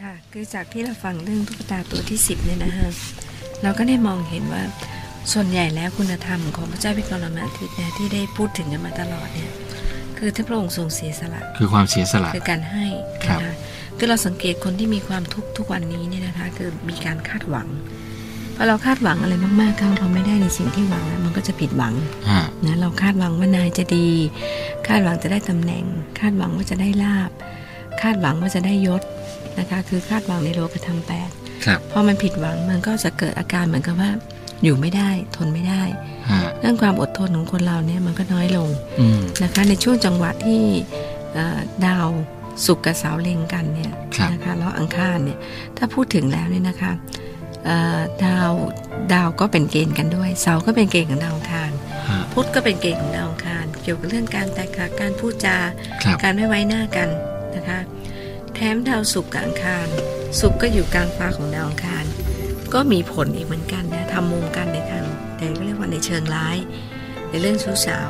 ค่ะคือจากที่เราฟังเรื่องตุ๊กตาตัวที่ 10เนี่ยนะฮะเราก็ได้มองเห็นว่าส่วนใหญ่แล้วคุณธรรมของพระเจ้าพิกรณาทิตย์เนยที่ได้พูดถึงกันมาตลอดเนี่ยคือที่พระองค์ทรงเสียสละ คือความเสียสละ คือการให้ ครับ นะคะคือเราสังเกตคนที่มีความทุกข์ทุกวันนี้เนี่ยนะคะคือมีการคาดหวังพอเราคาดหวังอะไรมากๆเข้าเราไม่ได้ในสิ่งที่หวังแล้วมันก็จะผิดหวัง ฮะ นะเราคาดหวังว่านายจะดี คาดหวังจะได้ตำแหน่ง คาดหวังว่าจะได้ลาบ คาดหวังว่าจะได้ยศนะคะคือคาดหวังในโลกธรรมแปด ครับ พอมันผิดหวังมันก็จะเกิดอาการเหมือนกับว่า อยู่ไม่ได้ทนไม่ได้ ฮะ เรื่องความอดทนของคนเราเนี่ยมันก็น้อยลง อืม นะคะในช่วงจังหวะที่เอ่อดาวสุกร์กับเสาเล็งกันเนี่ย ครับ นะคะแล้วอังคารเนี่ยถ้าพูดถึงแล้วเนี่ยนะคะเอ่อดาวดาวก็เป็นเกณฑ์กันด้วยเสาก็เป็นเกณฑ์ของดาวอังคาร ฮะ พุทธก็เป็นเกณฑ์ของดาวอังคารเกี่ยวกับเรื่องการแตกหักการพูดจา ครับ การไม่ไว้หน้ากันนะคะแถมดาวศุกร์กับอังคารศุกร์ก็อยู่กลางฟ้าของดาวอังคาร ก็มีผลอีกเหมือนกันนะทำมุมกันในทางแต่ก็เรียกว่าในเชิงร้าย ในเรื่องชู้สาว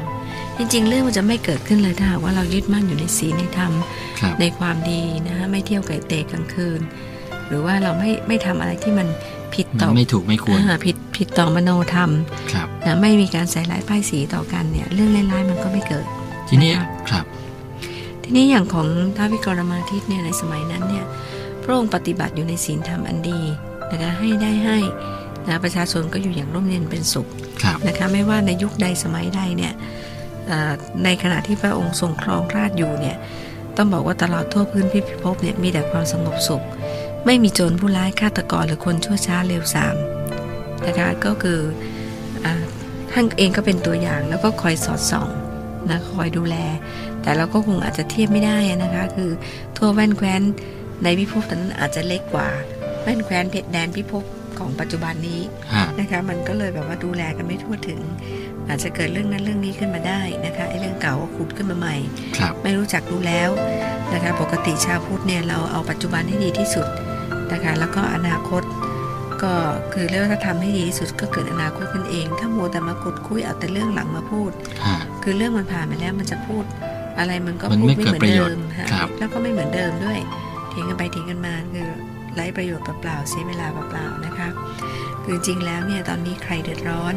จริงๆ เรื่องมันจะไม่เกิดขึ้นเลยถ้าหากว่าเรายึดมั่นอยู่ในศีลในธรรม ครับ ในความดีนะคะไม่เที่ยวไก่เตะกลางคืน หรือว่าเราไม่ไม่ทำอะไรที่มันผิดต่อ ไม่ถูกไม่ควร อ่าผิดผิดต่อมโนธรรม ครับ นะไม่มีการใส่ร้ายป้ายสีต่อกันเนี่ยเรื่องร้ายๆมันก็ไม่เกิด ทีนี้ นะคะ ครับ ทีนี้อย่างของท้าววิกรมาทิตย์เนี่ยในสมัยนั้นเนี่ยพระองค์ปฏิบัติอยู่ในศีลธรรมอันดีนะคะให้ได้ให้นะประชาชนก็อยู่อย่างร่มเย็นเป็นสุข ครับ นะคะไม่ว่าในยุคใดสมัยใดเนี่ยเอ่อในขณะที่พระองค์ทรงครองราชย์อยู่เนี่ยต้องบอกว่าตลอดทั่วพื้นพิภพเนี่ยมีแต่ความสงบสุข ไม่มีโจรผู้ร้ายฆาตกรหรือคนชั่วช้าเลวทรามนะคะก็คืออ่าท่านเองก็เป็นตัวอย่างแล้วก็คอยสอดส่องนะคอยดูแล แต่เราก็คงอาจจะเทียบไม่ได้อะนะคะ คือทั่วแว่นแคว้นในพิภพนั้นอาจจะเล็กกว่าแว่นแคว้นเพชรแดนพิภพของปัจจุบันนี้ ฮะ นะคะ มันก็เลยแบบว่าดูแลกันไม่ทั่วถึง อาจจะเกิดเรื่องนั้นเรื่องนี้ขึ้นมาได้นะคะไอ้เรื่องเก่าก็ขุดขึ้นมาใหม่ ครับ ไม่รู้จักรู้แล้วนะคะปกติชาวพุทธเนี่ยเราเอาปัจจุบันให้ดีที่สุดนะคะแล้วก็อนาคตก็คือเรื่องถ้าทำให้ดีที่สุดก็เกิดอนาคตขึ้นเอง ถ้ามัวแต่มาขุดคุยเอาแต่เรื่องหลังมาพูด ฮะ คือเรื่องมันผ่านไปแล้วมันจะพูดอะไรมันก็ มัน พูด ไม่ ไม่เหมือน เกิดประโย เดิ ชมน์ฮะ ครับ แล้วก็ไม่เหมือนเดิมด้วยเถียงกันไปเถียงกันมาคือไร้ประโยชน์เปล่าๆเสียเวลาเปล่าๆนะคะคือจริงแล้วเนี่ยตอนนี้ใครเดือดร้อน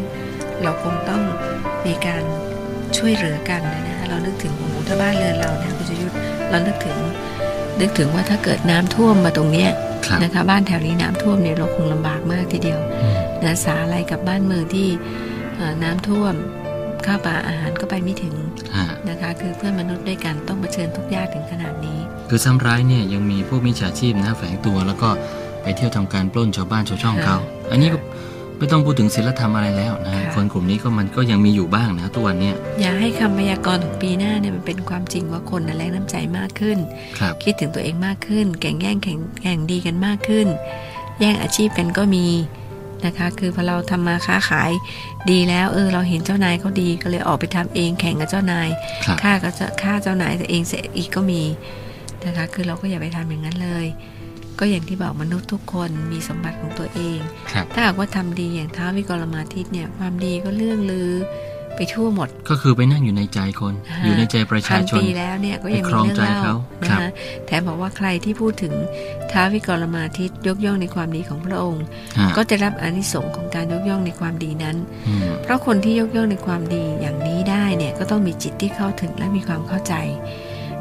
เราคงต้องมีการช่วยเหลือกันนะฮะเรานึกถึงโอ้โหถ้าบ้านเรือนเรานะคุณชยุทธเรานึกถึงนึกถึงว่าถ้าเกิดน้ำท่วมมาตรงเนี้ย ครับ นะคะบ้านแถวนี้น้ำท่วมเนี่ยเราคงลำบากมากทีเดียว อืม นะสาอะไรกับบ้านเมืองที่เอ่อน้ำท่วมข้าวปลาอาหารก็ไปไม่ถึง ฮะ นะคะ คือเพื่อนมนุษย์ด้วยกันต้องเผชิญทุกข์ยากถึงขนาดนี้ คือซ้ำร้ายเนี่ยยังมีพวกมิจฉาชีพนะแฝงตัวแล้วก็ไปเที่ยวทำการปล้นชาวบ้านชาวช่องเขา อันนี้ก็ไม่ต้องพูดถึงศีลธรรมอะไรแล้วนะ ค่ะ คนกลุ่มนี้ก็มันก็ยังมีอยู่บ้างนะทุกวันเนี่ย อย่าให้คำพยากรณ์ของปีหน้าเนี่ยมันเป็นความจริงว่าคนนั้นแรงน้ำใจมากขึ้น ครับ คิดถึงตัวเองมากขึ้น แข่งแย่งแข่งแข่งดีกันมากขึ้น แย่งอาชีพกันก็มีนะคะ คือพอเราทำมาค้าขายดีแล้วเออเราเห็นเจ้านายเขาดีก็เลยออกไปทำเองแข่งกับเจ้านาย ครับ ค่าก็จะค่าเจ้านายตัวเองเสียอีกก็มีนะคะ คือเราก็อย่าไปทำอย่างนั้นเลย ก็อย่างที่บอกมนุษย์ทุกคนมีสมบัติของตัวเอง ครับ ถ้าหากว่าทำดีอย่างท้าววิกรมาทิตย์เนี่ยความดีก็เรื่องลือไปทั่วหมด ก็คือไปนั่งอยู่ในใจคน ฮะ อยู่ในใจประ พั ชาน ชน ปีแล้วเนี่ยก็ยังมีเรื่องเล่า ไป นะ ครองใจเขาครับ คะแถมบอกว่าใครที่พูดถึงท้าววิกรมาทิตย์ยกย่องในความดีของพระองค์ ฮะ ก็จะรับอานิสงส์ของการยกย่องในความดีนั้น อืม เพราะคนที่ยกย่องในความดีอย่างนี้ได้เนี่ยก็ต้องมีจิตที่เข้าถึงและมีความเข้าใจ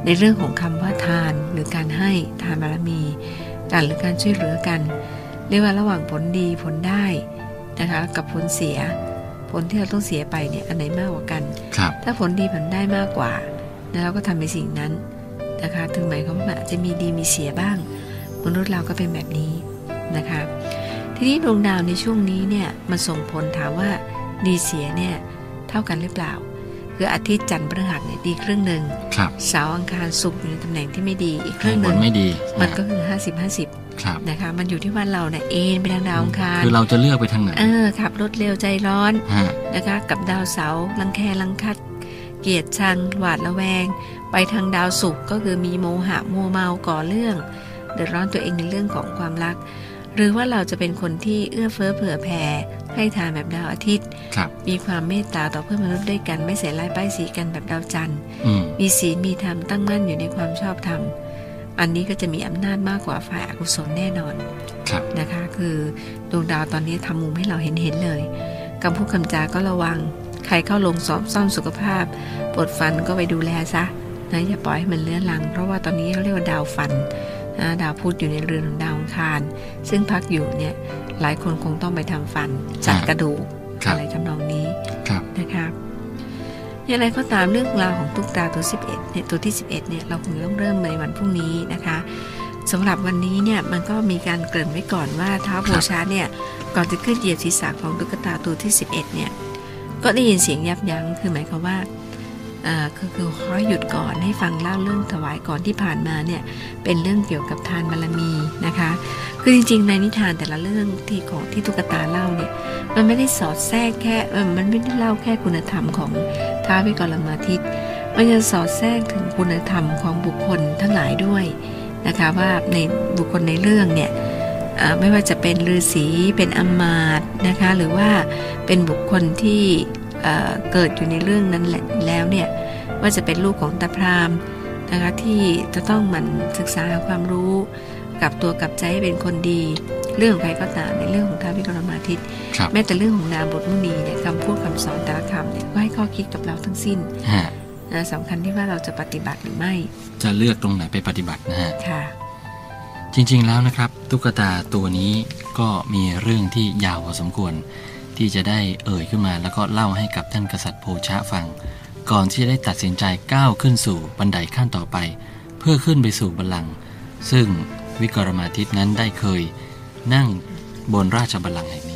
ในเรื่องของคำว่าทานหรือการให้ทานบารมีการหรือการช่วยเหลือกัน เรียกว่าระหว่างผลดีผลได้นะคะกับผลเสีย ผลที่เราต้องเสียไปเนี่ยอันไหนมากกว่ากัน ครับ ถ้าผลดีผลได้มากกว่านะเราก็ทำในสิ่งนั้นนะคะ ถึงหมายความว่าอาจจะมีดีมีเสียบ้าง มนุษย์เราก็เป็นแบบนี้นะคะ ทีนี้ดวงดาวในช่วงนี้เนี่ยมันส่งผลถามว่าดีเสียเนี่ยเท่ากันหรือเปล่า คืออาทิตย์จันทร์พฤหัสเนี่ยดีครึ่งหนึ่ง ครับ เสาร์อังคารศุกร์อยู่ในตำแหน่งที่ไม่ดีอีกค ให้ รึ่งห ผ นึ่ ล ง ไม่ดี มัน นะ ก็คือ 50 ครับ 50นะคะมันอยู่ที่ว่าเราเนี่ยเอนไปทางดาวอังคาร คือเราจะเลือกไปทางไหน เออขับรถเร็วใจร้อน ฮะ นะคะกับดาวเสาร์ลังแคลังคัด เกลียดชัง หวาดระแวง ไปทางดาวศุกร์ก็คือมีโมหะมัวเมาก่อเรื่อง เดือดร้อนตัวเองในเรื่องของความรัก หรือว่าเราจะเป็นคนที่เอื้อเฟื้อเผื่อแผ่ให้ทานแบบดาวอาทิตย์ ครับ มีความเมตตาต่อเพื่อนมนุษย์ด้วยกันไม่เสียร้ายป้ายสีกันแบบดาวจันทร์ อืม มีศีลมีธรรมตั้งมั่นอยู่ในความชอบธรรม อันนี้ก็จะมีอำนาจมากกว่าฝ่ายอกุศลแน่นอน ครับ นะคะ คือดวงดาวตอนนี้ทำมุมให้เราเห็นเห็นเลยคำพูดคำจาก็ระวัง ใครเข้าลงสอบซ่อมสุขภาพปวดฟันก็ไปดูแลซะนะอย่าปล่อยให้มันเลื้อนลัง เพราะว่าตอนนี้เขาเรียกว่าดาวฟันนะดาวพุธอยู่ในเรือนของดาวอังคาร ซึ่งพักอยู่เนี่ยหลายคนคงต้องไปทำฟันจัดกระดูก ครับ อะไรทำนองนี้ ครับ นะครับอย่างไรก็ตามเรื่องราวของตุ๊กตาตัว 11เนี่ยตัวที่ 11เนี่ยเราคงต้องเริ่มในวันพรุ่งนี้นะคะสำหรับวันนี้เนี่ยมันก็มีการเกริ่นไว้ก่อนว่าเท้าโบชาเนี่ยก่อนจะขึ้นเหยียบศีรษะของตุ๊กตาตัวที่ 11เนี่ยก็ได้ยินเสียงยับยั้งคือหมายความว่าอ่าคือคือขอให้หยุดก่อนให้ฟังเล่าเรื่องถวายก่อนที่ผ่านมาเนี่ยเป็นเรื่องเกี่ยวกับทานบารมีนะคะคือจริงๆในนิทานแต่ละเรื่องที่ของที่ตุ๊กตาเล่าเนี่ย มันไม่ได้สอดแทรกแค่เอ่อมันไม่ได้เล่าแค่คุณธรรมของท้าววิกรมาทิตย์มันจะสอดแทรกถึงคุณธรรมของบุคคลทั้งหลายด้วยนะคะว่าในบุคคลในเรื่องเนี่ยเอ่อไม่ว่าจะเป็นฤาษีเป็นอมาตย์นะคะหรือว่าเป็นบุคคลที่เอ่อเกิดอยู่ในเรื่องนั้นแหละแล้วเนี่ยว่าจะเป็นลูกของตาพราหมณ์นะคะที่จะต้องหมั่นศึกษาหาความรู้กลับตัวกลับใจให้เป็นคนดี เรื่องของใครก็ตามในเรื่องของท้าววิกรมาทิตย์ ครับ แม้แต่เรื่องของนามบทมุนีเนี่ยคำพูดคำสอนแต่ละคำเนี่ยก็ให้ข้อคิดกับเราทั้งสิ้น ฮะ นะสำคัญที่ว่าเราจะปฏิบัติหรือไม่ จะเลือกตรงไหนไปปฏิบัตินะฮะ ค่ะ จริงๆแล้วนะครับ ตุ๊กตาตัวนี้ก็มีเรื่องที่ยาวพอสมควร ที่จะได้เอ่ยขึ้นมา แล้วก็เล่าให้กับท่านกษัตริย์โพชะฟัง ก่อนที่จะได้ตัดสินใจก้าวขึ้นสู่บันไดขั้นต่อไป เพื่อขึ้นไปสู่บัลลังก์ซึ่งวิกรมาทิตย์นั้นได้เคยนั่งบนราชบัลลังก์แห่งนี้